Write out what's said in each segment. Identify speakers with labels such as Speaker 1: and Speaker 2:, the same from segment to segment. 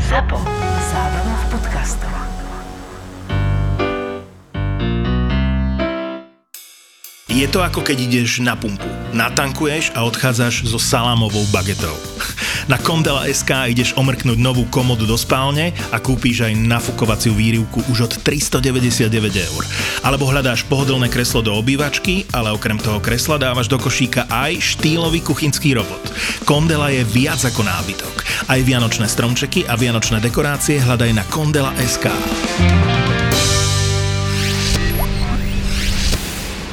Speaker 1: Zapo. Zábrná v podcastov.
Speaker 2: Je to ako keď ideš na pumpu. Natankuješ a odchádzaš so salámovou bagetou. Na Kondela SK ideš omrknúť novú komodu do spálne a kúpíš aj nafukovaciu výrivku už od 399 eur. Alebo hľadáš pohodlné kreslo do obývačky, ale okrem toho kresla dávaš do košíka aj štýlový kuchynský robot. Kondela je viac ako nábytok. Aj vianočné stromčeky a vianočné dekorácie hľadaj na Kondela SK.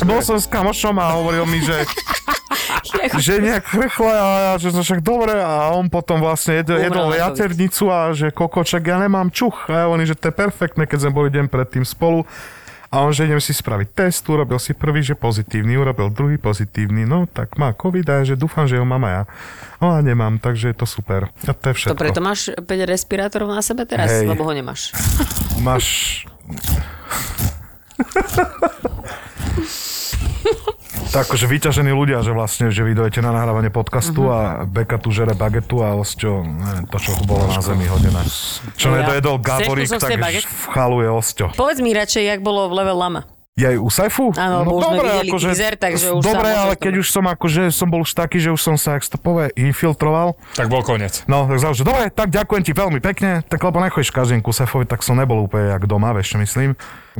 Speaker 3: Bol som s kamošom a hovoril mi, že že nejak chrchle a ja, že to však dobre a on potom vlastne jedol, jedol
Speaker 4: Umrel na COVID.
Speaker 3: jaternicu a že kokočak, ja nemám čuch a ja oni, že to je perfektné, keď sme boli deň predtým spolu a on, že idem si spraviť test, urobil si prvý, že pozitívny, urobil druhý pozitívny, no tak má covid a ja, že dúfam, že ho mám aj ja. No a nemám, takže je to super. A to je všetko.
Speaker 4: To preto máš 5 respirátorov na sebe teraz,
Speaker 3: Hej.
Speaker 4: Hej. lebo ho nemáš.
Speaker 3: Máš... tak akože vyťažení ľudia, že vlastne, že vy dojete na nahrávanie
Speaker 4: Mhm.
Speaker 3: podcastu a Beka tu žere bagetu a Osťo, neviem, to čo tu bolo na zemi hodené.
Speaker 4: No
Speaker 3: Čo
Speaker 4: Ja-
Speaker 3: nedojedol Gaborík,
Speaker 4: Chceš kusok z
Speaker 3: tak
Speaker 4: tej baget?
Speaker 3: vchaluje Osťo.
Speaker 4: Povedz mi radšej, jak bolo v level lama.
Speaker 3: Ja aj u Saifu? No akože
Speaker 4: Áno, lebo už sme videli teaser, takže už sa
Speaker 3: dobre,
Speaker 4: môžeš
Speaker 3: ale
Speaker 4: tomu-
Speaker 3: keď už som akože, som bol už taký, že už som sa, jak sa to povie, infiltroval,
Speaker 5: Tak bol koniec.
Speaker 3: No, tak zaujímavé, že dobre, tak ďakujem ti veľmi pekne, tak lebo nechodíš každým ku Sefovi, tak som nebol úplne jak doma, vieš čo myslím.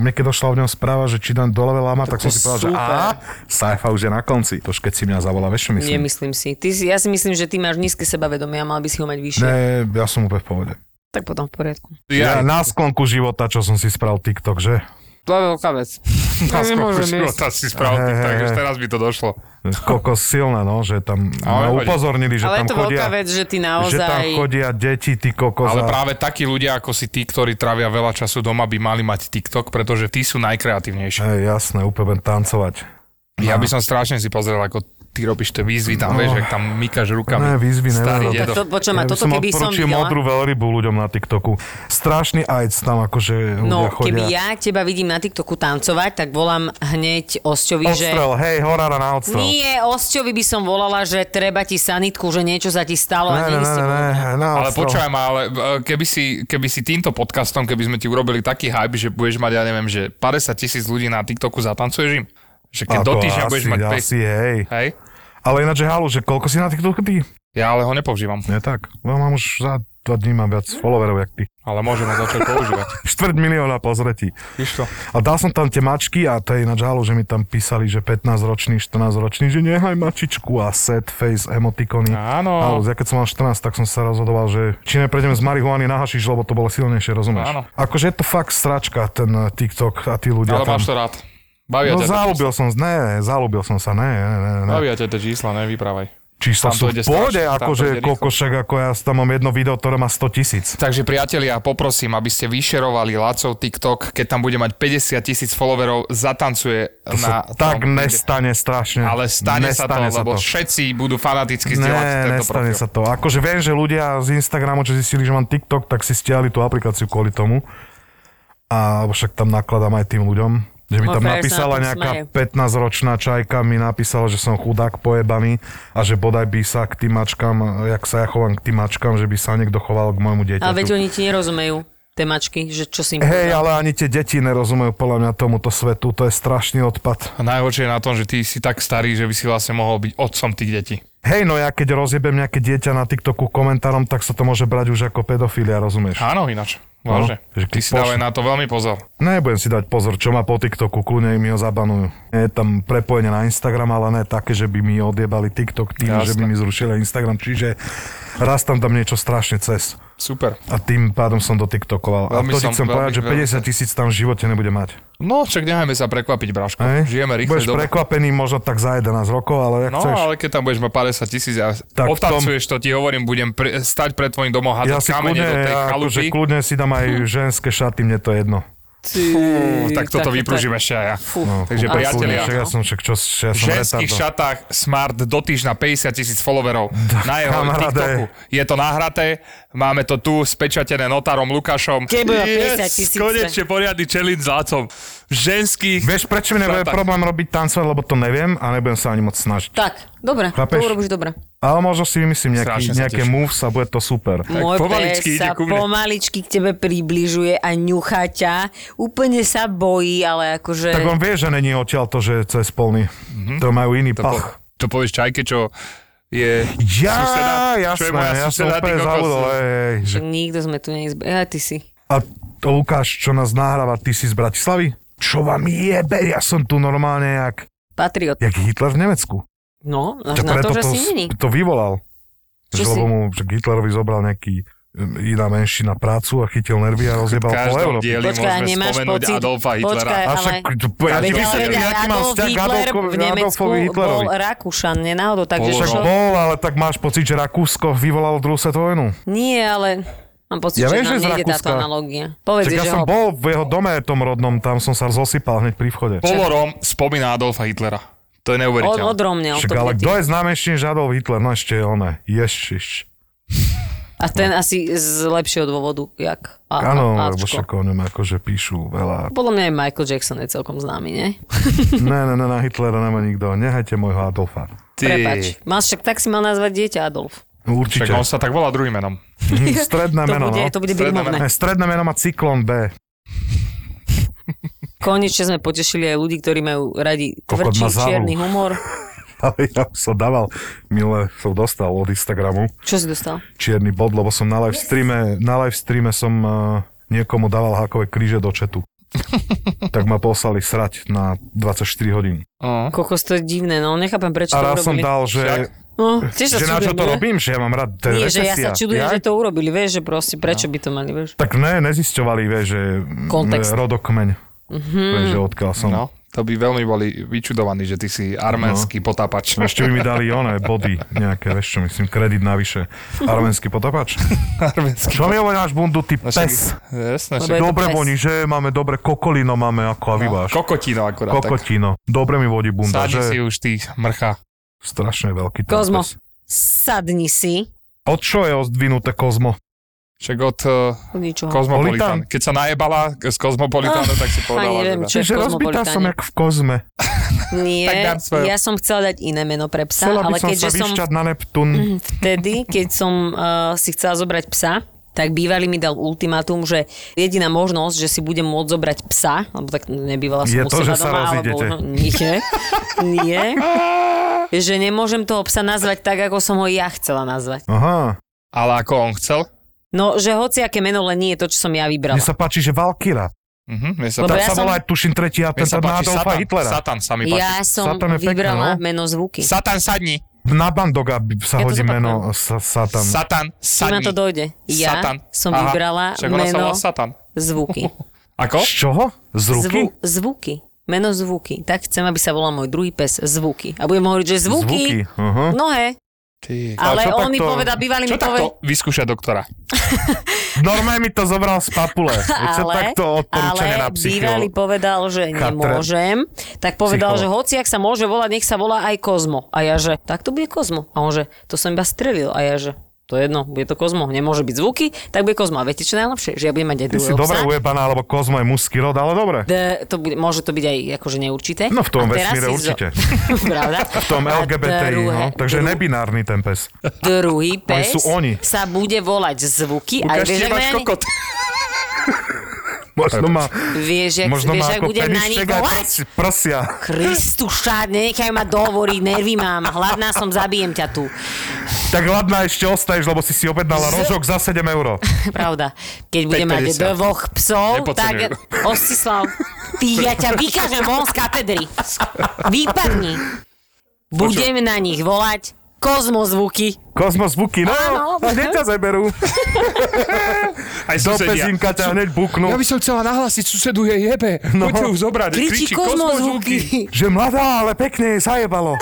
Speaker 3: Mne keď došla v ňom správa, že či dám dole lama, tak som si povedal, že a Saifa už je na konci, to už keď si mňa zavolá, vieš čo myslím.
Speaker 4: Nemyslím si. Ty, si- ja si myslím, že ty máš nízke sebavedomie a mal by si ho mať vyššie.
Speaker 3: Ne, ja som úplne v pohode.
Speaker 4: Tak potom v poriadku.
Speaker 3: Ja, na sklonku života, čo som si spravil TikTok, že?
Speaker 5: To je veľká vec. Ja nemôžem ísť. si spravil,
Speaker 3: Hej,
Speaker 5: tak
Speaker 3: hej,
Speaker 5: už
Speaker 3: hej.
Speaker 5: teraz by to došlo.
Speaker 3: Koľko silné, no, že tam ma
Speaker 5: Ale chodí.
Speaker 3: upozornili, že
Speaker 4: Ale
Speaker 3: tam
Speaker 4: je to
Speaker 3: chodia...
Speaker 4: veľká vec, že ty
Speaker 3: Že tam
Speaker 4: naozaj...
Speaker 3: chodia deti, ty kokos.
Speaker 5: Ale
Speaker 3: a-
Speaker 5: práve takí ľudia ako si tí, ktorí trávia veľa času doma, by mali mať TikTok, pretože tí sú najkreatívnejší.
Speaker 3: Hej, jasné, úplne budem tancovať.
Speaker 5: Ja by som strašne si pozrel, ako ty robíš tie výzvy tam,
Speaker 3: No.
Speaker 5: vieš, jak tam mykáš rukami.
Speaker 3: Ne, výzvy
Speaker 5: Starý
Speaker 3: neviem.
Speaker 5: dedo.
Speaker 4: To, počujem, a
Speaker 3: Ja by
Speaker 4: toto keby som
Speaker 3: odporučil
Speaker 4: videla...
Speaker 3: modrú veľrybu ľuďom na TikToku. Strašný AIDS tam akože ľudia
Speaker 4: No,
Speaker 3: chodia.
Speaker 4: keby ja teba vidím na TikToku tancovať, tak volám hneď Osťovi, že...
Speaker 3: Odstrel, hej, horára na odstrel.
Speaker 4: Nie, Osťovi by som volala, že treba ti sanitku, že niečo sa ti stalo
Speaker 3: ne,
Speaker 4: a
Speaker 3: ne,
Speaker 4: není
Speaker 3: ne,
Speaker 4: si...
Speaker 3: ne, ne, na
Speaker 5: Ale
Speaker 3: odstrel.
Speaker 5: počúvaj ma, ale e, keby si, keby si týmto podcastom, keby sme ti urobili taký hype, že budeš mať, ja neviem, že 50 tisíc ľudí na TikToku zatancuješ im. Že keď
Speaker 3: Ako
Speaker 5: do týždňa budeš
Speaker 3: asi,
Speaker 5: mať... päť-
Speaker 3: Asi, hej.
Speaker 5: Hej?
Speaker 3: Ale ináč, že halu, že koľko si na TikToku ty?
Speaker 5: Ja ale ho nepoužívam,
Speaker 3: Nie tak. No, mám už za dva dní mám viac followerov, jak ty.
Speaker 5: ale môžem ho začať používať.
Speaker 3: Štvrť milióna pozretí.
Speaker 5: Víš to?
Speaker 3: A dal som tam tie mačky a to je ináč halu, že mi tam písali, že 15-ročný, 14-ročný, že nehaj mačičku a set, face, emotikony.
Speaker 5: Áno.
Speaker 3: Halus, ja keď som mal 14, tak som sa rozhodoval, že či neprejdem z marihuany na hašiš, lebo to bolo silnejšie, rozumieš?
Speaker 5: Áno.
Speaker 3: Akože je to fakt stračka, ten eh, TikTok a tí ľudia
Speaker 5: Ale
Speaker 3: tam.
Speaker 5: máš to rád. Bavia
Speaker 3: No
Speaker 5: ťa to číslo.
Speaker 3: zalúbil som, ne, zalúbil som sa, ne, ne, ne, ne.
Speaker 5: Bavia ťa to čísla, nevyprávaj.
Speaker 3: Čísla
Speaker 5: tam to
Speaker 3: sú v
Speaker 5: ide
Speaker 3: pohode,
Speaker 5: strašne, tam to ide
Speaker 3: akože
Speaker 5: rýchlo.
Speaker 3: kokošek, ako ja tam mám jedno video, ktoré má 100 tisíc.
Speaker 5: Takže priatelia, poprosím, aby ste vyšerovali Lacov TikTok, keď tam bude mať 50 tisíc followerov, zatancuje
Speaker 3: To sa
Speaker 5: na...
Speaker 3: tak
Speaker 5: tom ide.
Speaker 3: nestane strašne.
Speaker 5: Ale stane sa to,
Speaker 3: Nestane
Speaker 5: lebo všetci budú fanaticky zdieľať
Speaker 3: Ne,
Speaker 5: tento
Speaker 3: nestane
Speaker 5: profil.
Speaker 3: sa to. Akože viem, že ľudia z Instagramu, čo zistili, že mám TikTok, tak si stiahli tú aplikáciu kvôli tomu. A však tam nakladám aj tým ľuďom. Že mi
Speaker 4: Môj frajer No
Speaker 3: tam
Speaker 4: sa
Speaker 3: napísala
Speaker 4: na tom
Speaker 3: nejaká
Speaker 4: smeje.
Speaker 3: 15-ročná čajka, mi napísala, že som chudák pojebaný a že bodaj by sa k tým mačkám, jak sa ja chovám k tým mačkám, že by sa niekto choval k môjmu dieťaťu.
Speaker 4: Ale veď oni ti nerozumejú, tie mačky, že čo si im
Speaker 3: Hej, ale ani tie deti nerozumejú podľa mňa tomuto svetu, to je strašný odpad.
Speaker 5: A najhoršie je na tom, že ty si tak starý, že by si vlastne mohol byť otcom tých detí.
Speaker 3: Hej, no ja keď rozjebem nejaké dieťa na TikToku komentárom, tak sa to môže brať už ako pedofilia, rozumieš?
Speaker 5: Áno, ináč. Vážne.
Speaker 3: No, že
Speaker 5: Ty
Speaker 3: keď
Speaker 5: si
Speaker 3: pošle-
Speaker 5: dávaj na to veľmi pozor.
Speaker 3: Nebudem si dať pozor, čo má po TikToku, kľudne mi ho zabanujú. Je tam prepojenie na Instagram, ale ne také, že by mi odjebali TikTok tým,
Speaker 5: Jasné.
Speaker 3: že by mi zrušili Instagram. Čiže raz tam dám niečo strašne cez.
Speaker 5: Super.
Speaker 3: A tým pádom som dotiktokoval. A
Speaker 5: Veľmi
Speaker 3: to ti
Speaker 5: som-
Speaker 3: chcem
Speaker 5: veľmi-
Speaker 3: povedať, že
Speaker 5: veľmi
Speaker 3: 50 tisíc tam v živote nebude mať.
Speaker 5: No, však nechajme sa prekvapiť, Braško.
Speaker 3: Hej?
Speaker 5: No, Žijeme rýchle
Speaker 3: Budeš
Speaker 5: dobe.
Speaker 3: prekvapený možno tak za 11 rokov, ale jak
Speaker 5: No,
Speaker 3: chceš.
Speaker 5: ale keď tam budeš mať 50 tisíc a
Speaker 3: Tak v tom-
Speaker 5: otancuješ to, ti hovorím, budem pre, stať pred tvojim domom,
Speaker 3: Ja
Speaker 5: hádať
Speaker 3: si
Speaker 5: kamene
Speaker 3: kľudne,
Speaker 5: do tej
Speaker 3: ja, akože
Speaker 5: chalupy.
Speaker 3: kľudne si dám aj ženské šaty, mne to je jedno.
Speaker 5: Fú, tak toto
Speaker 4: tak-
Speaker 5: vypružím ešte aj ja.
Speaker 4: Fú.
Speaker 3: No,
Speaker 5: Takže
Speaker 3: kľudne,
Speaker 5: priatelia,
Speaker 3: však ja som, však, čo, ja
Speaker 5: v
Speaker 3: som
Speaker 5: ženských
Speaker 3: retardo.
Speaker 5: šatách Smart do týždňa 50 tisíc followerov na jeho
Speaker 3: kamaráde.
Speaker 5: TikToku. Je to nahraté, máme to tu spečatené notárom Lukášom.
Speaker 4: Tebe má 50 tisíc.
Speaker 5: konečne poriadny challenge s Lácom. V ženských
Speaker 3: Vieš, prečo mi nebude
Speaker 5: šatách.
Speaker 3: problém robiť tancovať, lebo to neviem a nebudem sa ani moc snažiť.
Speaker 4: Tak, dobre,
Speaker 3: Chápeš?
Speaker 4: to urobíš dobre.
Speaker 3: Ale možno si vymyslím
Speaker 5: Strašne
Speaker 3: nejaký,
Speaker 5: sa
Speaker 3: nejaké
Speaker 5: teším.
Speaker 3: moves a bude to super.
Speaker 4: Môj
Speaker 5: pomaličky
Speaker 4: pes
Speaker 5: ide
Speaker 4: sa
Speaker 5: ku mne.
Speaker 4: pomaličky k tebe približuje a ňuchá ťa. Úplne sa bojí, ale akože...
Speaker 3: Tak on vie, že není odtiaľ to, že cez polný. To majú iný
Speaker 5: Mhm. To, po,
Speaker 3: pach.
Speaker 5: to povieš Čajke, čo je suseda.
Speaker 3: Ja, jasné,
Speaker 5: čo je moja
Speaker 3: ja som
Speaker 5: suseda, ty
Speaker 3: úplne
Speaker 5: kokos.
Speaker 3: zabudol. ej, ej, že-
Speaker 4: Nikto sme tu neizbe... Ja, ty si.
Speaker 3: A to Lukáš, čo nás nahráva, ty si z Bratislavy? Čo vám jebe, ja som tu normálne jak,
Speaker 4: Patriot.
Speaker 3: jak Hitler v Nemecku.
Speaker 4: No, až
Speaker 3: Čo
Speaker 4: na to, že
Speaker 3: to,
Speaker 4: si není.
Speaker 3: to vyvolal.
Speaker 4: Čo
Speaker 3: Že
Speaker 4: si-
Speaker 3: lebo mu že Hitlerovi zobral nejaký um, iná menšina prácu a chytil nervy a
Speaker 5: V
Speaker 3: rozjebal pol
Speaker 5: každom
Speaker 3: Európy.
Speaker 5: dieli
Speaker 4: Počkaj,
Speaker 5: môžeme
Speaker 4: nemáš
Speaker 5: spomenúť
Speaker 4: pocit-
Speaker 5: Adolfa Hitlera.
Speaker 4: Počkaj,
Speaker 3: A však,
Speaker 4: ale-
Speaker 3: to, ja ti
Speaker 5: Ale
Speaker 3: myslím,
Speaker 5: povedal,
Speaker 3: ja ti mám
Speaker 4: Adolf
Speaker 3: vzťah k
Speaker 4: Hitler
Speaker 3: Adolfovi-
Speaker 4: v Nemecku
Speaker 3: Adolfovi
Speaker 4: bol eh, no.
Speaker 3: Hitlerovi.
Speaker 4: Rakúšan, nenáhodou, takže
Speaker 5: Bol
Speaker 3: Však
Speaker 4: čo?
Speaker 3: bol, ale tak máš pocit, že Rakúsko vyvolalo druhú svetovú vojnu.
Speaker 4: Nie, ale mám pocit, že
Speaker 3: Ja viem, že
Speaker 4: nám
Speaker 3: z
Speaker 4: nejde táto
Speaker 3: Rakúska.
Speaker 4: analogia. Povedz,
Speaker 3: Však ja
Speaker 4: že
Speaker 3: som
Speaker 4: ho...
Speaker 3: bol v jeho dome tom rodnom, tam som sa zosypal hneď pri vchode.
Speaker 5: Polorom spomína Adolfa Hitlera. To je
Speaker 4: Od,
Speaker 5: neuveriteľné.
Speaker 4: odromne,
Speaker 3: Však ale kto je známejší než Adolf Hitler? No ešte je oné. Ježiš.
Speaker 4: A ten asi z lepšieho dôvodu, jak a,
Speaker 3: Áno,
Speaker 4: a,
Speaker 3: lebo
Speaker 4: Ačko.
Speaker 3: však o ňom akože píšu veľa.
Speaker 4: Podľa mňa aj Michael Jackson je celkom známy, nie?
Speaker 3: Ne, ne, ne, na Hitlera nemá nikto. Nehajte môjho Adolfa.
Speaker 5: Ty.
Speaker 4: Prepač. Máš však tak si mal nazvať dieťa Adolf.
Speaker 5: Však
Speaker 3: No, Určite.
Speaker 5: on sa tak volá druhým menom.
Speaker 3: Hm, Stredné
Speaker 4: To
Speaker 3: meno,
Speaker 4: bude,
Speaker 3: no.
Speaker 4: to bude
Speaker 5: Stredné
Speaker 4: výmavné.
Speaker 3: Ne, Stredné meno má cyklon B.
Speaker 4: Konečne sme potešili aj ľudí, ktorí majú radi
Speaker 3: Kokot
Speaker 4: tvrdší,
Speaker 3: má záľu.
Speaker 4: čierny humor.
Speaker 3: Ale ja už som dával, milé, som dostal od Instagramu
Speaker 4: Čo si dostal?
Speaker 3: čierny bod, lebo som na live streame, na live streame som uh, niekomu dával hákové kríže do četu. tak ma poslali srať na 24 hodín.
Speaker 5: Uh-huh.
Speaker 4: Kokos, to je divné, no nechápem, prečo
Speaker 3: A
Speaker 4: to
Speaker 3: raz som
Speaker 4: urobili.
Speaker 3: dal,
Speaker 5: Však.
Speaker 3: že
Speaker 4: No, tiež sa
Speaker 3: že na
Speaker 4: čudujem,
Speaker 3: čo to
Speaker 4: ne?
Speaker 3: robím, že ja mám rád to je
Speaker 4: Nie, že ja sa
Speaker 3: recesia.
Speaker 4: čudujem,
Speaker 3: Ja? No.
Speaker 4: že to urobili, vieš, že proste prečo by to mali, vieš.
Speaker 3: Tak ne, nezisťovali, vieš, že
Speaker 4: Kontext. Mhm.
Speaker 3: Kontext. rodokmeň. Mm-hmm. Vieš, že odkiaľ som. No.
Speaker 5: No, to by veľmi boli vyčudovaní, že ty si arménsky potápač.
Speaker 3: No, Ešte by mi dali oné body nejaké, vieš čo myslím, kredit navyše.
Speaker 4: Mhm.
Speaker 3: Arménsky potapač.
Speaker 5: arménsky.
Speaker 3: Čo mi hovoríš bundu, ty pes?
Speaker 5: No,
Speaker 4: Lebo
Speaker 5: Jasné, však.
Speaker 4: je to
Speaker 3: Dobre
Speaker 4: pes.
Speaker 3: voní, že? Máme dobre kokolino, máme ako a
Speaker 5: No,
Speaker 3: vyváš.
Speaker 5: Kokotino akurát. tak.
Speaker 3: Kokotino. Dobre mi vodí bunda,
Speaker 5: Sadni si
Speaker 3: no, že?
Speaker 5: už ty mrcha.
Speaker 3: Strašne veľký ten
Speaker 4: Kozmo,
Speaker 3: pes.
Speaker 4: sadni si.
Speaker 3: Od čo je ozdvinuté kozmo?
Speaker 5: Však od uh,
Speaker 4: Od ničoho.
Speaker 5: Kozmopolitan. Keď sa najebala z Kozmopolitánu, tak si
Speaker 4: Ah,
Speaker 5: povedala,
Speaker 4: Ani
Speaker 5: že
Speaker 4: neviem,
Speaker 5: dá.
Speaker 4: čo je v
Speaker 3: Čiže rozbitá som
Speaker 4: kozmopolitáne.
Speaker 3: jak v kozme.
Speaker 5: Tak
Speaker 4: Nie,
Speaker 5: dám svoju.
Speaker 4: ja som chcela dať iné meno pre psa,
Speaker 3: Chcela by
Speaker 4: ale
Speaker 3: som sa
Speaker 4: keďže som Mhm.
Speaker 3: vyšťať na Neptún.
Speaker 4: vtedy, keď som uh, si chcela zobrať psa, tak bývalý mi dal ultimátum, že jediná možnosť, že si budem môcť zobrať psa, lebo tak nebývala som
Speaker 3: Je
Speaker 4: u
Speaker 3: to,
Speaker 4: seba
Speaker 3: že sa
Speaker 4: doma,
Speaker 3: rozídete.
Speaker 4: Alebo, no, nie, nie. že nemôžem toho psa nazvať tak, ako som ho ja chcela nazvať.
Speaker 3: Aha.
Speaker 5: Ale ako on chcel?
Speaker 4: No, že hoci aké meno, len nie je to, čo som ja vybrala.
Speaker 3: Mne sa páči, že Valkyra.
Speaker 5: Mhm, mne sa,
Speaker 4: Lebo
Speaker 3: Tam
Speaker 4: ja
Speaker 3: sa
Speaker 4: som-
Speaker 3: volá, tuším, tretí
Speaker 5: mne sa
Speaker 3: atentát na
Speaker 5: páči
Speaker 3: Adolfa
Speaker 5: Satan.
Speaker 3: Hitlera.
Speaker 5: Satan sa mi páči.
Speaker 4: Ja som
Speaker 3: Satan je pekné,
Speaker 4: vybrala
Speaker 3: no.
Speaker 4: meno zvuky.
Speaker 5: Satan sadni.
Speaker 3: Na Bandoga by- sa
Speaker 4: Ja to no.
Speaker 3: hodí
Speaker 4: zopakujem.
Speaker 3: meno sa, Satan.
Speaker 5: Satan
Speaker 4: Kým na
Speaker 5: sadni.
Speaker 4: to dojde? Ja
Speaker 5: Satan.
Speaker 4: som
Speaker 5: Aha,
Speaker 4: vybrala
Speaker 5: však ona sa
Speaker 4: meno
Speaker 5: volá Satan.
Speaker 4: zvuky.
Speaker 5: Ako?
Speaker 3: Z čoho? Z ruky?
Speaker 4: Zvu, zvuky. Meno zvuky. Tak chcem, aby sa volal môj druhý pes zvuky. A budem hovoriť, že zvuky.
Speaker 3: Zvuky, aha.
Speaker 4: Nohe.
Speaker 5: Ty.
Speaker 4: Ale
Speaker 3: čo
Speaker 4: on mi
Speaker 3: takto-
Speaker 4: povedal, bývalý mi
Speaker 5: Čo
Speaker 4: povedal.
Speaker 5: takto vyskúša doktora?
Speaker 3: Normálne mi to zobral z papule. Čo
Speaker 4: Ale,
Speaker 3: takto odporúčanie na
Speaker 4: ale bývalý
Speaker 3: psychiu.
Speaker 4: povedal, že
Speaker 3: Chatra.
Speaker 4: nemôžem. Tak povedal,
Speaker 3: Psycholog.
Speaker 4: že hoci ak sa môže volať, nech sa volá aj Kozmo. A ja, že tak to bude Kozmo. A on, že to som iba strelil. A ja, že to je jedno, bude to Kozmo. Nemôže byť zvuky, tak bude Kozmo. A viete, čo je najlepšie? Že ja budem mať aj
Speaker 3: Ty si
Speaker 4: druhého
Speaker 3: dobre
Speaker 4: psa.
Speaker 3: ujebaná, alebo Kozmo je mužský rod, ale dobre.
Speaker 4: D, to bude, môže to byť aj akože neurčité.
Speaker 3: No v tom
Speaker 4: A teraz
Speaker 3: vesmíre
Speaker 4: si
Speaker 3: určite.
Speaker 4: Pravda.
Speaker 3: V tom
Speaker 4: A
Speaker 3: LGBTI, no.
Speaker 4: druhé-
Speaker 3: Takže
Speaker 4: dru-
Speaker 3: nebinárny ten pes.
Speaker 4: Druhý
Speaker 3: Oni
Speaker 4: pes
Speaker 3: sú oni.
Speaker 4: sa bude volať zvuky. vieš,
Speaker 5: Ukáž,
Speaker 4: no
Speaker 5: ti
Speaker 4: jak
Speaker 5: máš
Speaker 4: bude-
Speaker 5: kokot.
Speaker 3: Možno má,
Speaker 4: Vieš, jak,
Speaker 3: možno
Speaker 4: vieš,
Speaker 3: má
Speaker 4: jak
Speaker 3: ako
Speaker 4: bude na nich
Speaker 3: peništek aj
Speaker 4: volať?
Speaker 3: prsi- prsia.
Speaker 4: Kristu štát, nenechaj ma dohovoriť, nervy mám, hladná som, zabijem ťa tu.
Speaker 3: Tak hladná ešte ostaneš, lebo si si objednala
Speaker 4: Z-
Speaker 3: rožok za 7 eur.
Speaker 4: Pravda. Keď budem mať
Speaker 5: 5,50.
Speaker 4: dvoch psov,
Speaker 5: Nepodceňuj.
Speaker 4: tak Ostislav, ty ja ťa vykážem von z katedry. Výpadni. Budem na nich volať kozmozvuky.
Speaker 3: Kozmos zvuky, no,
Speaker 4: Áno.
Speaker 3: a hneď ťa zeberú.
Speaker 5: Aj
Speaker 3: Do
Speaker 5: susedia.
Speaker 3: pezinka ťa hneď buknú.
Speaker 5: Ja by som chcela nahlásiť susedu je jebe. No. Poďte ju zobrať.
Speaker 4: Kričí kozmozvuky.
Speaker 3: Že mladá, ale pekne jej zajebalo.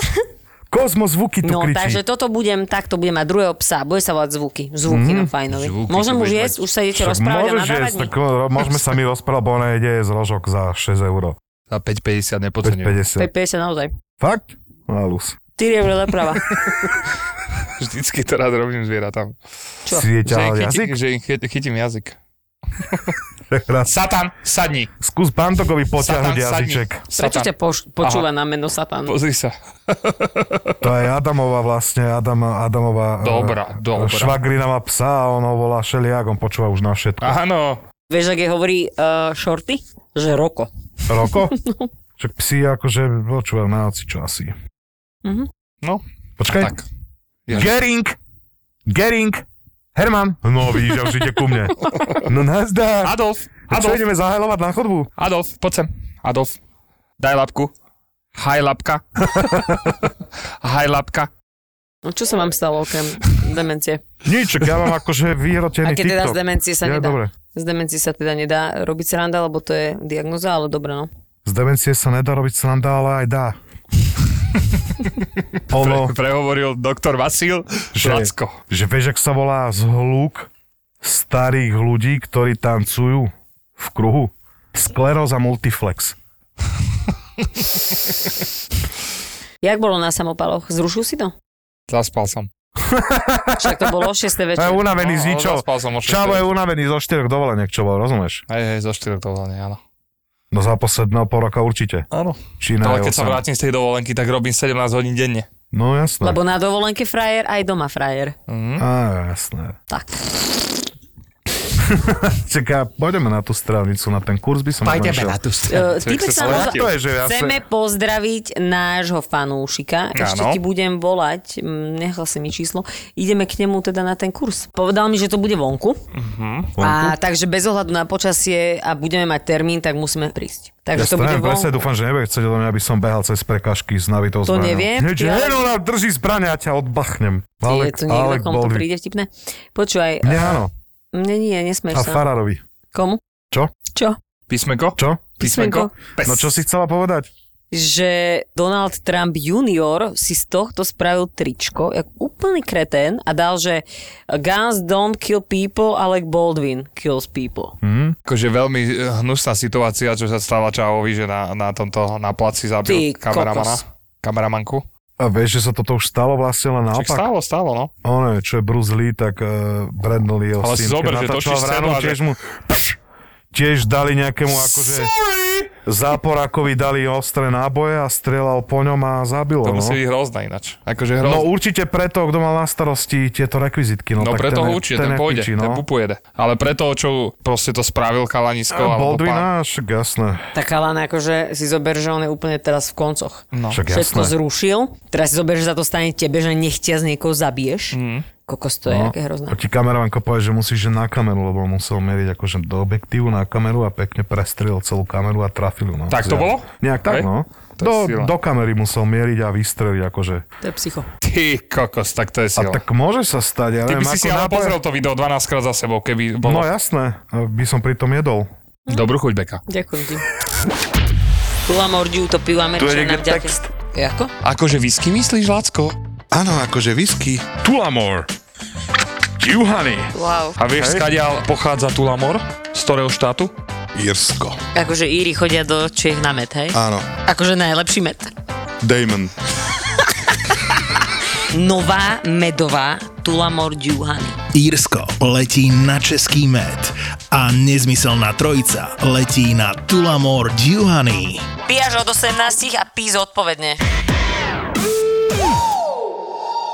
Speaker 3: Kozmos zvuky tu
Speaker 4: No,
Speaker 3: kričí.
Speaker 4: takže toto budem, takto budem mať druhého psa. Bude sa volať zvuky.
Speaker 3: Mhm.
Speaker 4: Zvuky, no fajnovi.
Speaker 5: Zvuky,
Speaker 4: Môžem
Speaker 5: to
Speaker 4: už
Speaker 5: budeš
Speaker 4: jesť? Už sa idete
Speaker 3: Tak
Speaker 4: rozprávať a
Speaker 3: môžeš
Speaker 4: nadávať
Speaker 3: jesť,
Speaker 4: mi?
Speaker 3: tak o, môžeme sa mi rozprávať, bo ona ide z rožok za 6 eur.
Speaker 5: Za 5,50 nepodceňujem.
Speaker 3: 5,50.
Speaker 4: 50 naozaj.
Speaker 3: Fakt? Malus.
Speaker 4: 4 eur doprava.
Speaker 5: Vždycky to rád robím zvieratám.
Speaker 4: Čo?
Speaker 3: Si je
Speaker 5: Že im,
Speaker 3: ťahal
Speaker 5: chytí,
Speaker 3: jazyk?
Speaker 5: že im chyt- chytím jazyk.
Speaker 3: Raz.
Speaker 5: Satan, sadni.
Speaker 3: Skús Bandogovi potiahnuť
Speaker 5: Satan, sadni.
Speaker 3: jazyček.
Speaker 5: Satan.
Speaker 4: Prečo ťa poš- počúva na meno Satan?
Speaker 5: Pozri sa.
Speaker 3: To je Adamova vlastne, Adam, Adamová
Speaker 5: Dobrá,
Speaker 3: eh,
Speaker 5: dobrá.
Speaker 3: švagrina má psa a on ho volá šeliak, on počúva už na všetko.
Speaker 5: Áno.
Speaker 4: Vieš, ak je hovorí uh, šorty? Že roko.
Speaker 3: Roko?
Speaker 4: No.
Speaker 3: Však psi akože počúvajú na oci čo asi.
Speaker 5: No,
Speaker 3: Počkaj.
Speaker 5: tak. Ja-
Speaker 3: Gering! Gering! Herman! No vidíš, že už ide ku mne. No nazdar!
Speaker 5: Adolf,
Speaker 3: A čo
Speaker 5: Adolf,
Speaker 3: ideme zahajlovať na chodbu?
Speaker 5: Adolf, poď sem. Adolf, daj labku. Haj labka. Haj labka.
Speaker 4: No čo sa vám stalo okrem demencie?
Speaker 3: Nič, ja mám akože
Speaker 4: Aj
Speaker 3: vyhrotený
Speaker 4: keď teda z
Speaker 3: TikTok.
Speaker 4: demencie sa
Speaker 3: Ja,
Speaker 4: nedá.
Speaker 3: dobre.
Speaker 4: Z demencie sa teda nedá robiť sranda, lebo to je diagnoza, ale dobre no.
Speaker 3: Z demencie sa nedá robiť sranda, ale aj dá. ono,
Speaker 5: Prehovoril doktor Vasil
Speaker 3: Že-
Speaker 5: Žacko.
Speaker 3: že vieš, ak sa volá zhluk starých ľudí, ktorí tancujú v kruhu. Skleróza multiflex.
Speaker 4: Jak bolo na samopaloch? Zrušil si to?
Speaker 5: Zaspal som.
Speaker 4: Však to bolo o 6. večer.
Speaker 3: Ja je unavený
Speaker 5: No,
Speaker 3: z ničoho.
Speaker 5: Zaspal som o
Speaker 3: Čavo je unavený zo štyroch dovoleniek, čo bol, rozumieš?
Speaker 5: Hej, hej, zo 4 to hlavne, áno.
Speaker 3: No za posledného pol roka určite.
Speaker 5: Áno.
Speaker 3: Čína je
Speaker 5: No, ale keď sa
Speaker 3: osem.
Speaker 5: vrátim z tej dovolenky, tak robím 17 hodín denne.
Speaker 3: No jasné.
Speaker 4: Lebo na dovolenke frajer, aj doma frajer.
Speaker 3: Á, jasné.
Speaker 4: Tak.
Speaker 3: Čaká, poďme na tú strávnicu, na ten kurz by som odmenšil.
Speaker 5: tú
Speaker 4: stranu. E, typek sa volá-
Speaker 3: To je, že ja sa...
Speaker 4: Chceme pozdraviť nášho fanúšika. Ešte
Speaker 5: Áno.
Speaker 4: ti budem volať, mm, nechal si mi číslo. Ideme k nemu teda na ten kurz. Povedal mi, že to bude vonku.
Speaker 3: Mhm.
Speaker 4: A takže bez ohľadu na počasie a budeme mať termín, tak musíme prísť.
Speaker 3: Ja
Speaker 4: Takže to bude
Speaker 3: strávim presne,
Speaker 4: vonku.
Speaker 3: dúfam, že nebude chcieť do mňa, aby som behal cez prekažky s navitou
Speaker 4: To
Speaker 3: zbraňou.
Speaker 4: neviem,
Speaker 3: Nie, že
Speaker 4: ja-
Speaker 3: Hero nám drží zbraň a ťa odbachnem.
Speaker 4: Je tu niekto, komu to
Speaker 3: Baldwin.
Speaker 4: príde vtipné? Počúvaj,
Speaker 3: Mne áno.
Speaker 4: mne nie,
Speaker 3: A
Speaker 4: nesmeš sa.
Speaker 3: Fararovi.
Speaker 4: Komu?
Speaker 3: Čo?
Speaker 4: Čo?
Speaker 5: Písmenko?
Speaker 3: Čo?
Speaker 4: Písmenko.
Speaker 5: Pes.
Speaker 3: No čo si chcela povedať?
Speaker 4: že Donald Trump junior si z tohto spravil tričko, jak úplný kretén a dal, že guns don't kill people, ale Baldwin kills people.
Speaker 3: Hm?
Speaker 5: Akože veľmi eh, hnusná situácia, čo sa stala Čavovi, že na, na tomto, na placi zabil
Speaker 4: Ty
Speaker 5: kameramana.
Speaker 4: kokos.
Speaker 5: Kameramanku.
Speaker 3: A vieš, že sa toto už stalo vlastne len
Speaker 5: Čak
Speaker 3: naopak?
Speaker 5: stálo, stálo, no.
Speaker 3: Ono, je, čo je Bruce Lee, tak uh, Brandon Lee jeho
Speaker 5: Ale
Speaker 3: syn,
Speaker 5: si
Speaker 3: keď
Speaker 5: zober, že
Speaker 3: natáčal v
Speaker 5: točíš
Speaker 3: ránu,
Speaker 5: scénu a že-
Speaker 3: tiež mu... Pš, tiež dali nejakému akože... Záporákovi dali ostré náboje a strelal po ňom a zabil
Speaker 5: To
Speaker 3: ho.
Speaker 5: musí
Speaker 3: No.
Speaker 5: byť hrozné ináč. Akože
Speaker 3: No
Speaker 5: hrozné.
Speaker 3: určite preto, kto mal na starosti tieto rekvizitky. No,
Speaker 5: No,
Speaker 3: tak
Speaker 5: preto
Speaker 3: ten,
Speaker 5: ho
Speaker 3: je-
Speaker 5: určite, ten,
Speaker 3: je
Speaker 5: pôjde,
Speaker 3: piči, no.
Speaker 5: ten pupu jede. Ale preto, čo proste to spravil chalanisko, alebo pán...
Speaker 3: Eh, Baldwina, však jasné.
Speaker 4: Tak Alan, akože si zober, že on je úplne teraz v koncoch.
Speaker 5: No.
Speaker 3: Však
Speaker 4: Všetko
Speaker 3: jasné.
Speaker 4: zrušil, teraz si zober, že za to stane tebe, že nechtia z niekoho zabiješ. Mm. Kokos, to je no. aké hrozné.
Speaker 3: A ti kameramanko povie, že musíš že na kameru, lebo musel meriť akože do objektívu na kameru a pekne prestrelil celú kameru a trafil ju. No.
Speaker 5: Tak to
Speaker 3: Ja-
Speaker 5: bolo?
Speaker 3: Nejak tak,
Speaker 5: Hej.
Speaker 3: no.
Speaker 5: To je
Speaker 3: Do,
Speaker 5: sila.
Speaker 3: do kamery musel mieriť a vystreliť akože.
Speaker 4: To je psycho.
Speaker 5: Ty kokos, tak to je
Speaker 3: A
Speaker 5: sila.
Speaker 3: tak môže sa stať, ja
Speaker 5: Ty by
Speaker 3: neviem,
Speaker 5: si
Speaker 3: ako
Speaker 5: si ale
Speaker 3: náboje-
Speaker 5: pozrel to video 12 krát za sebou,
Speaker 3: No
Speaker 5: keby bolo.
Speaker 3: jasné, by som pri tom jedol.
Speaker 5: Dobrú chuť, Beka.
Speaker 4: Ďakujem ti. Tula mordiu, to pivo Američana. vďaka. Jako?
Speaker 5: Akože whisky myslíš, Lacko?
Speaker 6: Áno, akože whisky.
Speaker 5: Tulamor. Juhany.
Speaker 4: Wow.
Speaker 5: A vieš, skadiaľ pochádza Tulamor? Z ktorého štátu?
Speaker 6: Irsko.
Speaker 4: Akože Íri chodia do Čiech na med, hej?
Speaker 6: Áno.
Speaker 4: Akože najlepší med.
Speaker 6: Damon.
Speaker 4: Nová medová Tulamor Džuhany.
Speaker 2: Írsko letí na český med a nezmyselná trojica letí na Tulamor Duhany.
Speaker 4: Pí až od 18 a pí zodpovedne.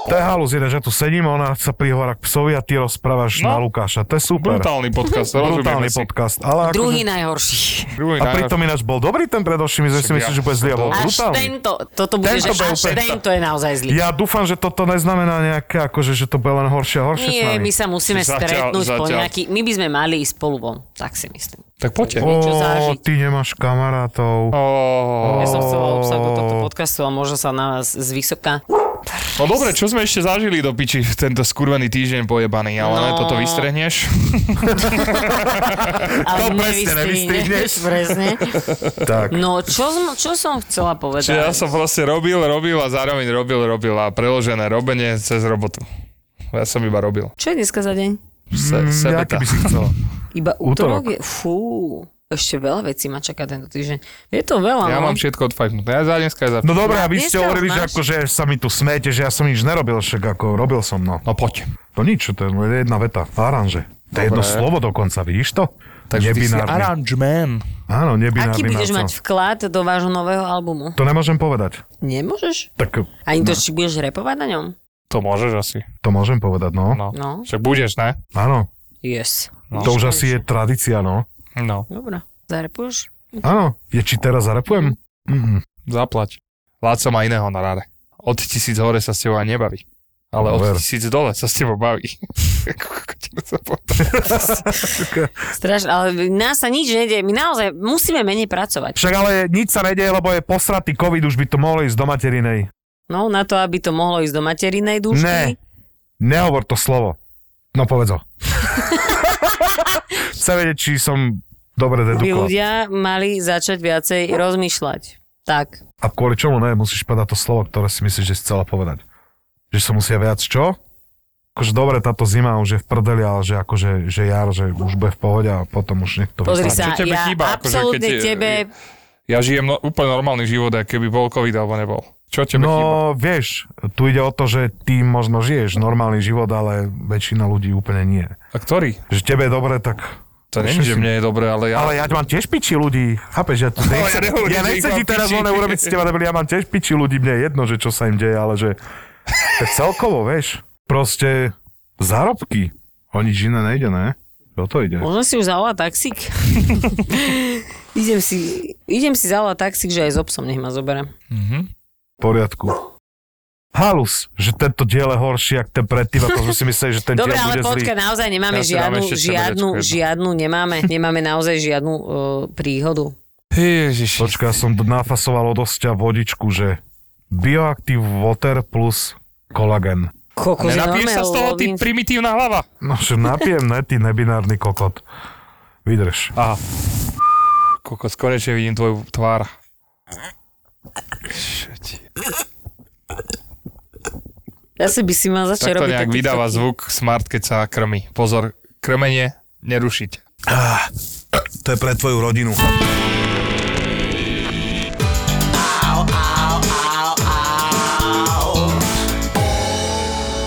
Speaker 3: To je halus jeden, že tu sedím, ona sa prihovára k psovi a ty rozprávaš na
Speaker 5: No.
Speaker 3: Lukáša. To je super.
Speaker 5: Brutálny podcast, rozumieme
Speaker 3: Brutálny
Speaker 5: si.
Speaker 3: podcast. Ale akože-
Speaker 4: Druhý najhorší.
Speaker 5: Druhý
Speaker 3: A pritom ináč bol dobrý ten predošlý, my sme si
Speaker 5: Však
Speaker 3: myslím,
Speaker 5: ja-
Speaker 3: že bude zlý, a bol
Speaker 4: Až
Speaker 3: brutálny.
Speaker 4: tento, toto bude, že
Speaker 5: Tento bol
Speaker 4: až
Speaker 5: úplne-
Speaker 4: tento je naozaj zlý.
Speaker 3: Ja dúfam, že toto neznamená nejaké, akože, že to bude len horšie a horšie s
Speaker 4: Nie,
Speaker 3: nami.
Speaker 4: my sa musíme
Speaker 5: Zatiaľ-
Speaker 4: stretnúť po
Speaker 5: zatiaľ.
Speaker 4: nejaký... My by sme mali ísť spolu von, tak si myslím.
Speaker 5: Tak poďte.
Speaker 4: O, niečo zažiť.
Speaker 3: ty nemáš kamarátov.
Speaker 5: Oh.
Speaker 4: Ja som chcela obsah do tohto podcastu a možno sa na nás z vysoka...
Speaker 5: No dobre, čo sme ešte zažili do piči tento skurvený týždeň pojebaný, ale no.
Speaker 4: No.
Speaker 5: toto vystrehneš.
Speaker 4: Ale
Speaker 5: To presne,
Speaker 4: nevystrihneš,
Speaker 5: nevystrihneš.
Speaker 4: presne.
Speaker 3: Tak.
Speaker 4: No, čo, som, čo som chcela povedať?
Speaker 5: Čiže ja som proste robil, robil a zároveň robil, robil a preložené robenie cez robotu. Ja som iba robil.
Speaker 4: Čo je dneska za deň?
Speaker 3: Mm,
Speaker 5: Se,
Speaker 3: Jaký
Speaker 5: sebeta.
Speaker 3: by si chcel?
Speaker 4: Iba útorok
Speaker 3: Útorok.
Speaker 4: je... Fú, ešte veľa vecí ma čaká tento týždeň. Je to veľa,
Speaker 5: Ja
Speaker 4: no.
Speaker 5: mám všetko odfajknuté. Ja za dneska aj za...
Speaker 3: No dobré, a vy
Speaker 4: Dneska
Speaker 3: ste hovorili,
Speaker 4: už
Speaker 3: že
Speaker 4: máš.
Speaker 3: akože sa mi tu smete, že ja som nič nerobil, však ako robil som, no.
Speaker 5: No poď.
Speaker 3: To nič, to je jedna veta, aranže. To je jedno slovo dokonca, vidíš to?
Speaker 5: Takže ty si
Speaker 3: Nebinárny.
Speaker 5: orange man.
Speaker 3: Áno, nebinárny.
Speaker 4: Aký budeš
Speaker 3: nácel.
Speaker 4: mať vklad do vášho nového albumu?
Speaker 3: To nemôžem povedať.
Speaker 4: Nemôžeš?
Speaker 3: Tak
Speaker 4: Ani to, či budeš repovať na ňom?
Speaker 5: To môžeš asi.
Speaker 3: to môžem povedať, no.
Speaker 5: No.
Speaker 4: No.
Speaker 5: Však budeš, ne?
Speaker 3: Áno,
Speaker 4: Yes.
Speaker 3: No. to už asi je tradícia, no.
Speaker 5: No.
Speaker 4: Dobre. Zarepuješ?
Speaker 3: Áno, je či teraz zarepujem? Mm-mm.
Speaker 5: Zaplať. Láco má iného na rade. Od tisíc hore sa s tebou aj nebaví. Ale od
Speaker 3: Ver.
Speaker 5: tisíc dole sa s tebou baví. Kokotinu sa povedal.
Speaker 4: Strašne, ale nás sa nič nedie. My naozaj musíme menej pracovať.
Speaker 3: Však ale nič sa nedeje, lebo je posratý COVID, už by to mohlo ísť do materinej.
Speaker 4: No, na to, aby to mohlo ísť do materinej
Speaker 3: Ne,
Speaker 4: dušky.
Speaker 3: nehovor to slovo. No povedz ho. Chcem vedieť, či som dobre
Speaker 4: by
Speaker 3: dedukoval.
Speaker 4: ľudia mali začať viacej rozmýšľať. Tak.
Speaker 3: A kvôli čomu ne, musíš povedať to slovo, ktoré si myslíš, že si chcela povedať. Že sa musia viac čo? Akože dobre, táto zima už je v prdeli, ale že akože že jar, že už bude v pohode a potom už niekto...
Speaker 4: Pozri
Speaker 5: čo
Speaker 4: sa,
Speaker 5: tebe
Speaker 4: ja
Speaker 5: chýba, akože,
Speaker 4: absolútne
Speaker 5: keď je-
Speaker 4: tebe...
Speaker 5: Ja žijem no, úplne normálny život, aj keby bol COVID alebo nebol. Čo
Speaker 4: akože
Speaker 5: tebe chýba?
Speaker 3: No vieš, tu ide o to, že ty možno žiješ normálny život, ale väčšina ľudí úplne nie.
Speaker 5: A ktorý?
Speaker 3: Že tebe je dobre, tak...
Speaker 5: To není, že mne je dobré, ale ja...
Speaker 3: Ale ja mám tiež piči ľudí, chápeš? Ja, tu nechcem, ja,
Speaker 5: No, nehovorím, že
Speaker 3: nechcem ti
Speaker 5: ich mám
Speaker 3: teraz
Speaker 5: piči.
Speaker 3: voľné urobiť s teba, lebo ja mám tiež piči ľudí, mne je jedno, že čo sa im deje, ale že... Tak celkovo, vieš, proste zárobky. O nič iné nejde, ne? O to ide.
Speaker 4: Možno si už zavolať taxík. idem, si, idem si zavolať taxík, že aj s obsom nech ma zoberiem.
Speaker 3: V poriadku. Halus, že tento diel je horší, jak ten predtým, ako sme si mysleli, že ten
Speaker 4: Dobre,
Speaker 3: diel
Speaker 4: ale
Speaker 3: bude zlý.
Speaker 4: počkaj, naozaj nemáme
Speaker 5: Ja si dám
Speaker 4: žiadnu,
Speaker 5: ešte
Speaker 4: žiadnu,
Speaker 5: CBDčko jedno.
Speaker 4: žiadnu, nemáme, nemáme naozaj žiadnu uh, príhodu.
Speaker 5: Ježiši.
Speaker 3: Počkaj, ja som d- nafasoval od osťa vodičku, že bioaktív water plus kolagen.
Speaker 4: Koko, že
Speaker 5: Nenapiješ sa z toho,
Speaker 4: normálne
Speaker 5: ty
Speaker 4: lovím.
Speaker 5: primitívna hlava.
Speaker 3: No, že napijem, ne, ty nebinárny kokot. Vydrž.
Speaker 5: Aha. Kokos, konečne vidím tvoju tvár.
Speaker 4: Zase by si mal začať
Speaker 5: Tak to
Speaker 4: robiť
Speaker 5: nejak
Speaker 4: taký
Speaker 5: vydáva
Speaker 4: taký-
Speaker 5: zvuk smart, keď sa krmi. Pozor, krmenie nerušiť.
Speaker 3: Ah, To je pre tvoju rodinu.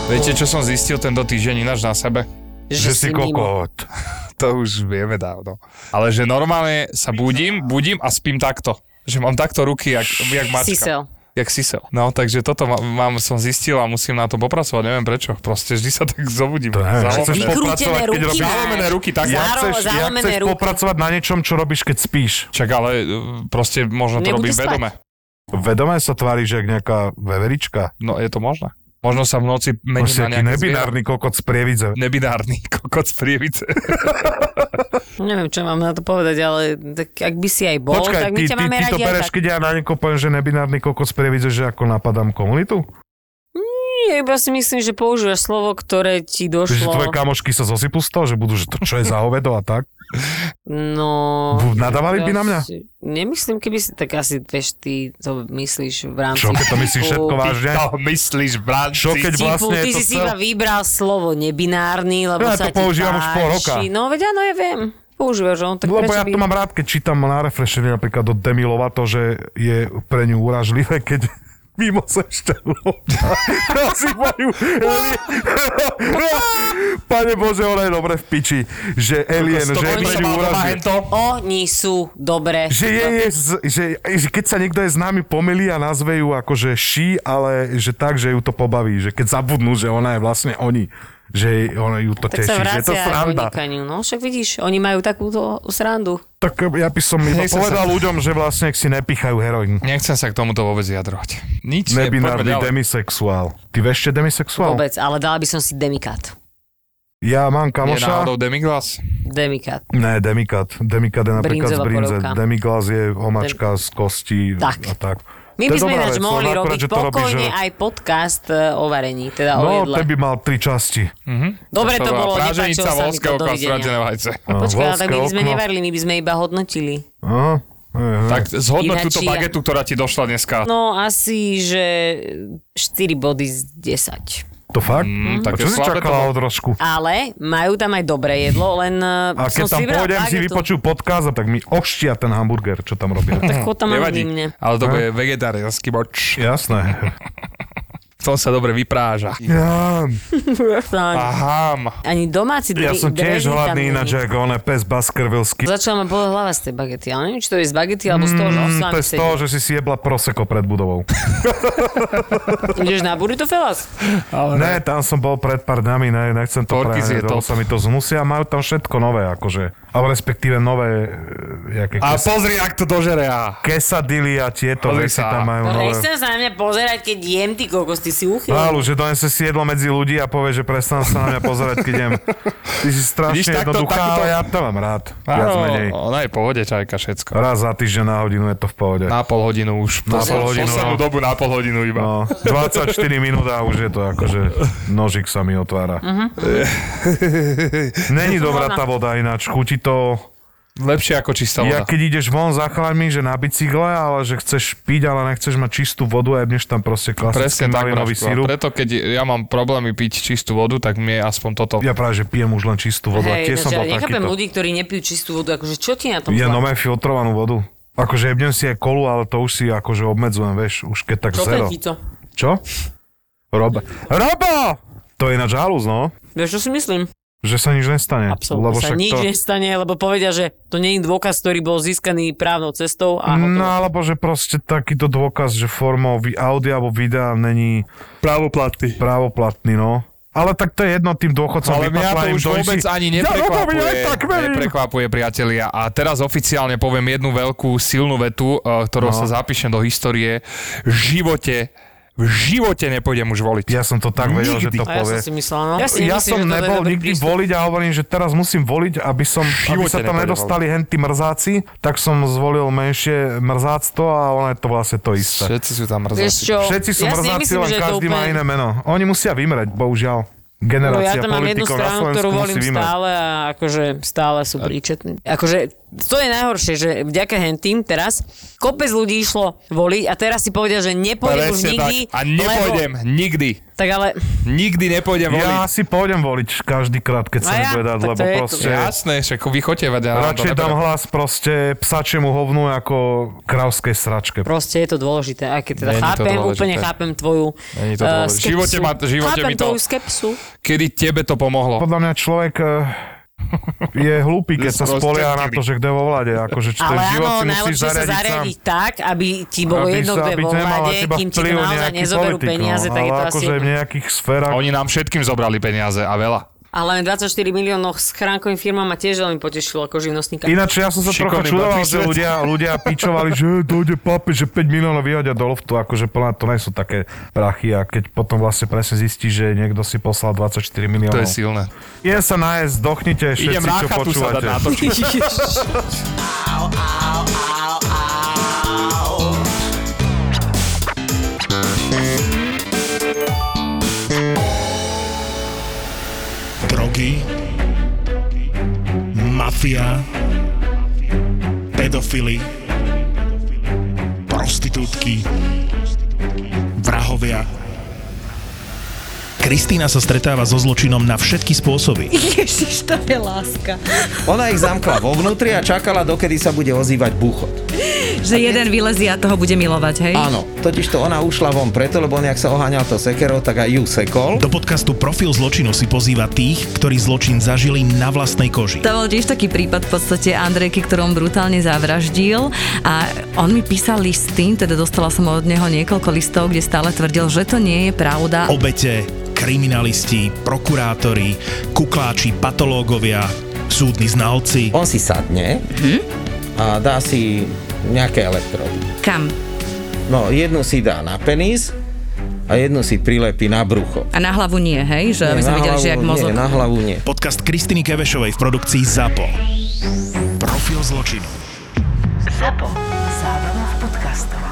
Speaker 5: Viete, čo som zistil tento týždeň ináč na sebe?
Speaker 3: Že si
Speaker 4: mimo.
Speaker 3: kokot.
Speaker 5: To už vieme dávno. Ale že normálne sa budím, budím a spím takto. Že mám takto ruky, jak, jak mačka.
Speaker 4: Sisel.
Speaker 5: Jak sisel. No, takže toto ma- mám, som zistil a musím na to popracovať, neviem prečo. Proste vždy sa tak zobudím.
Speaker 3: To neviem,
Speaker 5: Zalomené-
Speaker 3: čo chceš
Speaker 4: Vykrútené
Speaker 3: popracovať, keď
Speaker 4: ruky
Speaker 3: robíš...
Speaker 4: máš.
Speaker 5: Zalomené ruky, tak.
Speaker 3: Ja
Speaker 4: Zároveň
Speaker 3: chceš, ja
Speaker 4: zalomené
Speaker 3: chceš
Speaker 4: ruky.
Speaker 3: popracovať na niečom, čo robíš, keď spíš.
Speaker 5: Čak ale uh, proste možno to
Speaker 4: Nebude
Speaker 5: robím
Speaker 4: spať.
Speaker 5: vedome.
Speaker 3: Vedomé sa tváriš, jak nejaká veverička.
Speaker 5: No je to možné. Možno sa v noci mení
Speaker 3: Proste
Speaker 5: na
Speaker 3: aký
Speaker 5: nejaké
Speaker 3: nebinárny kokot z prievidze.
Speaker 5: zviera. Nebinárny kokot z prievice.
Speaker 4: Neviem, čo mám na to povedať, ale tak, ak by si aj bol,
Speaker 3: Počkaj,
Speaker 4: tak my
Speaker 3: ty,
Speaker 4: ťa
Speaker 3: ty,
Speaker 4: máme
Speaker 3: ty
Speaker 4: radi
Speaker 3: to
Speaker 4: aj
Speaker 3: bereš,
Speaker 4: tak.
Speaker 3: keď ja na niekoho poviem, že nebinárny kokot z prievidze, že ako napadám komunitu?
Speaker 4: Nie, iba si myslím, že používaš slovo, ktoré ti
Speaker 3: Že
Speaker 4: došlo.
Speaker 3: tvoje kamošky sa zosypú z toho, že budú, že to čo je za hovedo a tak?
Speaker 4: No...
Speaker 3: Bu- nadávali by na mňa?
Speaker 4: asi- Nemyslím, keby si... Tak asi, vieš, ty to myslíš v rámci...
Speaker 3: Čo, keď to myslíš
Speaker 4: typu-
Speaker 3: všetko vážne?
Speaker 5: To myslíš, branci.
Speaker 3: Čo keď
Speaker 4: Typu,
Speaker 3: vlastne
Speaker 4: ty
Speaker 3: je to
Speaker 4: si si
Speaker 3: celé-
Speaker 4: iba vybral slovo nebinárny, lebo
Speaker 3: Ja
Speaker 4: sa
Speaker 3: to
Speaker 4: ti
Speaker 3: používam už
Speaker 4: páči.
Speaker 3: pol roka.
Speaker 4: No, veď áno, ja viem. Používaš on, tak
Speaker 3: Lebo
Speaker 4: prečo
Speaker 3: ja
Speaker 4: by...
Speaker 3: to mám rád, keď čítam na refresheri napríklad od Demi Lovato, že je pre ňu uražlivé, keď mimo sešťanov. Asi majú alien. Pane Bože, ona je dobre v piči, že alien, že
Speaker 5: Stokholm sa
Speaker 3: ju
Speaker 5: mal doma
Speaker 3: urazí.
Speaker 5: hento.
Speaker 4: Oni sú No, dobre.
Speaker 3: Že, je, je, z- že, že keď sa niekto je známy pomýli a nazve ju akože ší, ale že tak, že ju to pobaví, že keď zabudnú, že ona je vlastne oni, že jej- ona ju to
Speaker 4: Tak
Speaker 3: teší,
Speaker 4: sa
Speaker 3: že je to
Speaker 4: vracia k
Speaker 3: sranda.
Speaker 4: unikaniu. No však vidíš, oni majú takúto srandu.
Speaker 3: Tak ja by som iba
Speaker 5: Hej, sa-
Speaker 3: povedal ľuďom, že vlastne si nepichajú heroin.
Speaker 5: Nechcem sa k tomuto vôbec jadrovať. Nič, je, poďme
Speaker 3: Nebinárny
Speaker 5: ďalej.
Speaker 3: demisexuál. Ty vieš, čo je demisexuál?
Speaker 4: Vôbec, ale dala by som si demikat.
Speaker 3: Ja mám
Speaker 5: Je
Speaker 3: kamoša.
Speaker 5: náhodou demiglas?
Speaker 4: Demikat.
Speaker 3: Ne, demikat. Demikat je napríklad z
Speaker 4: Brinzová
Speaker 3: brinze.
Speaker 4: polievka.
Speaker 3: Demiglas je omačka z kostí
Speaker 4: Tak.
Speaker 3: a tak.
Speaker 4: My
Speaker 3: To
Speaker 4: by
Speaker 3: je
Speaker 4: sme
Speaker 3: dobrá
Speaker 4: ináč
Speaker 3: vec,
Speaker 4: mohli
Speaker 3: len akurát,
Speaker 4: robiť
Speaker 3: že to robíš,
Speaker 4: pokojne
Speaker 3: že-
Speaker 4: aj podcast e, o varení, teda o
Speaker 3: No,
Speaker 4: jedle. No,
Speaker 3: ten by mal tri časti.
Speaker 4: Dobre to bolo, nepáčilo
Speaker 5: Práženica,
Speaker 4: sa mi to,
Speaker 5: volského
Speaker 4: dovidenia.
Speaker 5: kastradené vajce.
Speaker 3: No,
Speaker 4: Počkaj, ale tak my
Speaker 3: voľské
Speaker 4: by sme
Speaker 3: okno. No,
Speaker 4: nevarili, my by sme iba hodnotili.
Speaker 3: Aha, hej, hej.
Speaker 5: Tak zhodnoť
Speaker 4: Ináč
Speaker 5: túto
Speaker 4: ja-
Speaker 5: bagetu, ktorá ti došla dneska.
Speaker 4: No asi, že 4 body z 10.
Speaker 3: To fakt?
Speaker 5: Mm,
Speaker 3: a
Speaker 5: také
Speaker 3: čo si
Speaker 5: slabé to
Speaker 3: čakala
Speaker 5: bolo.
Speaker 3: od Rožku?
Speaker 4: Ale majú tam aj dobré jedlo, len eh,
Speaker 3: A keď tam pôjdem, si vypočujú podcast, a tak mi oštia ten hamburger, čo tam robia.
Speaker 4: Tak chod tam
Speaker 5: Nevadí,
Speaker 4: anonimne.
Speaker 5: ale to bude vegetariánsky boč.
Speaker 3: Jasné.
Speaker 5: V tom sa dobre vypráža.
Speaker 3: Ja,
Speaker 4: Tam
Speaker 5: Ahám.
Speaker 4: Ani domáci
Speaker 3: ja
Speaker 4: dre-
Speaker 3: som
Speaker 4: drezy
Speaker 3: tiež
Speaker 4: tam není.
Speaker 3: hladný, ináč ako on je pes Baskervilský.
Speaker 4: Začala ma bola hlava z tej bagety, ale neviem, či to je z bagety, alebo z toho, že
Speaker 3: Mm,
Speaker 4: oslám
Speaker 3: to je z toho, že si si jebla proseko pred budovou.
Speaker 4: Ideš na burrito felas?
Speaker 3: Ne, tam som bol pred pár dňami, ne, nechcem to
Speaker 5: Porkyz je
Speaker 3: preháňať, lebo
Speaker 5: top.
Speaker 3: sa mi to znusia. Majú tam všetko nové, akože. Alebo respektíve nové, e, jaké
Speaker 5: A
Speaker 3: kes-
Speaker 5: pozri, ak to dožere. á.
Speaker 3: kesadily a tieto
Speaker 5: Pozri
Speaker 3: veci
Speaker 5: sa.
Speaker 3: tam majú nové.
Speaker 4: Nechcem sa na mňa pozerať, keď jem, ty kokos, ty si uchyl.
Speaker 3: Lálu, že donese si jedlo medzi ľudí a povie, že prestan sa na mňa pozerať, keď jem. Ty si strašne
Speaker 5: Vidíš, takto-
Speaker 3: jednoduchá,
Speaker 5: takúto-
Speaker 3: ale ja to mám rád. Viac
Speaker 5: Áno,
Speaker 3: menej.
Speaker 5: ona je v pohode, čajka, všetko.
Speaker 3: Raz za týždeň na hodinu je to v pohode.
Speaker 5: Na pol hodinu už.
Speaker 3: Na
Speaker 5: Poslednú-
Speaker 3: pol hodinu,
Speaker 5: Poslednú
Speaker 3: no.
Speaker 5: dobu na pol hodinu iba.
Speaker 3: No, 24 minút a už je to akože nožik sa mi otvára.
Speaker 4: Mhm.
Speaker 3: Není dobrá tá voda ináč, chutí to...
Speaker 5: Lepšie ako čistá
Speaker 3: Ja
Speaker 5: voda.
Speaker 3: keď ideš von za chalami, že na bicykle, ale že chceš piť, ale nechceš mať čistú vodu a jebneš tam proste klasický
Speaker 5: Presne tak,
Speaker 3: malinový
Speaker 5: Braško. A
Speaker 3: sírup.
Speaker 5: Preto keď ja mám problémy piť čistú vodu, tak mi je aspoň toto.
Speaker 3: Ja práve, že pijem už len čistú vodu a
Speaker 4: Hej,
Speaker 3: tiež
Speaker 4: ináč,
Speaker 3: som
Speaker 4: ja
Speaker 3: bol
Speaker 4: nechápem
Speaker 3: takýto. no,
Speaker 4: ľudí, ktorí nepijú čistú vodu, akože čo ti na tom
Speaker 3: Ja
Speaker 4: zle?
Speaker 3: nové filtrovanú vodu. Akože jebnem si aj kolu, ale to už si akože obmedzujem, vieš, už keď tak
Speaker 4: Čo to je
Speaker 3: zero.
Speaker 4: Fico?
Speaker 3: Čo? Robo. Robo! To je ináč halus, no.
Speaker 4: Vieš, čo si myslím?
Speaker 3: Že sa nič nestane.
Speaker 4: Absolútne
Speaker 3: lebo
Speaker 4: sa
Speaker 3: však
Speaker 4: nič
Speaker 3: to...
Speaker 4: nestane, lebo povedia, že to nie je dôkaz, ktorý bol získaný právnou cestou a
Speaker 3: No
Speaker 4: hotovo.
Speaker 3: alebo že proste takýto dôkaz, že formou vi- audia alebo videa není
Speaker 5: Právoplatný.
Speaker 3: právoplatný, no. Ale tak to je jedno tým dôchodcom.
Speaker 5: Ale mňa to
Speaker 3: vypapla im
Speaker 5: už
Speaker 3: do isi.
Speaker 5: vôbec ani
Speaker 3: Ja, Robo,
Speaker 5: neprekvapuje,
Speaker 3: ja aj tak verím.
Speaker 5: neprekvapuje, priatelia. A teraz oficiálne poviem jednu veľkú silnú vetu, eh,
Speaker 3: No.
Speaker 5: ktorou sa zapíšem do histórie. V živote, v živote nepôjdem už voliť.
Speaker 3: Ja som to tak vedel, že
Speaker 5: Nikdy.
Speaker 3: to
Speaker 4: A ja som
Speaker 3: povie.
Speaker 4: si myslela, no. si nemyslím,
Speaker 3: ja som
Speaker 4: že toto je
Speaker 3: nebol
Speaker 4: dobrý
Speaker 3: nikdy
Speaker 4: prístup.
Speaker 3: voliť a hovorím, že teraz musím voliť, aby, som, aby
Speaker 5: živote
Speaker 3: sa tam
Speaker 5: nepôjdem
Speaker 3: nedostali hen tí mrzáci, tak som zvolil menšie mrzáctvo a ono je to vlastne to isté.
Speaker 5: Všetci sú tam
Speaker 4: Vieš
Speaker 5: mrzáci.
Speaker 4: čo,
Speaker 3: Všetci sú
Speaker 4: ja si
Speaker 3: mrzáci,
Speaker 4: nemyslím,
Speaker 3: len
Speaker 4: že je to
Speaker 3: každý má
Speaker 4: úplne-
Speaker 3: iné meno. Oni musia vymreť, bohužiaľ.
Speaker 4: No ja
Speaker 3: Generácia
Speaker 4: tam mám jednu
Speaker 3: politikov na
Speaker 4: stranu,
Speaker 3: Slovensku
Speaker 4: ktorú
Speaker 3: musí
Speaker 4: volím
Speaker 3: vymreť.
Speaker 4: stále a akože stále sú príčetní. Akože to je najhoršie, že vďaka hentým teraz kopec ľudí išlo voliť a teraz si povedia, že nepôjdem už
Speaker 5: Presne tak.
Speaker 4: nikdy.
Speaker 5: A nepôjdem, nikdy.
Speaker 4: Lebo, tak ale
Speaker 5: Nikdy nepôjdem
Speaker 3: Ja
Speaker 5: voliť.
Speaker 3: si pôjdem voliť každýkrát, keď sa
Speaker 4: No
Speaker 3: mi
Speaker 4: ja,
Speaker 3: bude dať,
Speaker 4: tak to
Speaker 3: lebo
Speaker 4: je to.
Speaker 3: proste...
Speaker 5: Jasné, však vy chodte vedľa. ja vám to
Speaker 3: Radšej dám
Speaker 5: neberiem.
Speaker 3: hlas proste psačiemu hovnu ako krauskej sračke.
Speaker 4: proste je to dôležité. Aj keď teda
Speaker 5: Není to
Speaker 4: chápem,
Speaker 5: dôležité.
Speaker 4: úplne chápem tvoju
Speaker 5: Není to
Speaker 4: eh,
Speaker 5: dôležité. V
Speaker 4: skepsu.
Speaker 5: živote ma- v živote
Speaker 4: chápem
Speaker 5: mi to-
Speaker 4: tvoju skepsu.
Speaker 5: Kedy tebe to pomohlo?
Speaker 3: Podľa mňa človek eh, je hlúpy, keď sa
Speaker 5: Proste
Speaker 3: spolia na to, že kto je vo vláde. Akože čo to
Speaker 4: Ale
Speaker 3: je život,
Speaker 4: áno,
Speaker 3: si musíš
Speaker 4: najlepšie sa
Speaker 3: zariadiť sám.
Speaker 4: zariadiť tak, aby ti bolo
Speaker 3: Aby
Speaker 4: jedno,
Speaker 3: sa-
Speaker 4: kto je
Speaker 3: aby
Speaker 4: vo
Speaker 3: nemal na
Speaker 4: vláde,
Speaker 3: teba
Speaker 4: kým ti to
Speaker 3: vplyv
Speaker 4: naozaj
Speaker 3: nejaký
Speaker 4: nezoberú
Speaker 3: politik, no.
Speaker 4: peniaze, tak
Speaker 3: Ale
Speaker 4: je to asi
Speaker 3: akože v
Speaker 4: jedno.
Speaker 3: nejakých sférach...
Speaker 5: Oni nám všetkým zobrali peniaze a veľa.
Speaker 4: Ale len 24 miliónov s chránkovým firmám ma tiež veľmi potešilo ako živnostníka.
Speaker 3: Ináč ja som sa trochu
Speaker 5: Šikovný
Speaker 3: čudoval,
Speaker 5: papír
Speaker 3: že
Speaker 5: svet.
Speaker 3: ľudia, ľudia pičovali, že dojde papež, že 5 miliónov vyhodia do loftu, akože plná to nie sú také prachy a keď potom vlastne presne zistí, že niekto si poslal 24 miliónov.
Speaker 5: To je silné.
Speaker 3: Idem sa nájsť, dochnite všetci,
Speaker 5: Idem na
Speaker 3: No. čo
Speaker 5: chatu sa dať
Speaker 3: počúvate.
Speaker 5: natočiť.
Speaker 2: Drogy, mafia, pedofily, prostitútky, vrahovia. Kristýna sa stretáva so zločinom na všetky spôsoby.
Speaker 7: Ježiš, to je láska.
Speaker 8: Ona ich zamkla vo vnútri a čakala, dokedy sa bude ozývať búchot.
Speaker 7: Že jeden vylezie a toho bude milovať, hej?
Speaker 8: Áno, totiž to ona ušla von preto, lebo on jak sa oháňal to sekerou, tak aj ju sekol.
Speaker 2: Do podcastu Profil zločinu si pozýva tých, ktorí zločin zažili na vlastnej koži.
Speaker 7: To bol tiež taký prípad v podstate Andrejky, ktorom brutálne zavraždil a on mi písal listy, teda dostala som od neho niekoľko listov, kde stále tvrdil, že to nie je pravda.
Speaker 2: Obete, kriminalisti, prokurátori, kukláči, patológovia, súdni znalci.
Speaker 8: On si sadne
Speaker 7: Mhm.
Speaker 8: a dá si nejaké elektrody.
Speaker 7: Kam?
Speaker 8: No, jednu si dá na penis a jednu si prilepí na brucho.
Speaker 7: A na hlavu nie, hej? Že aby
Speaker 8: Nie,
Speaker 7: sme
Speaker 8: na
Speaker 7: videli, že jak
Speaker 8: hlavu
Speaker 7: mozog.
Speaker 8: Nie, na hlavu nie.
Speaker 2: Podcast Kristiny Kevešovej v produkcii ZAPO. Profil zločinu.
Speaker 1: Zapo. Zábrná v podcastovách.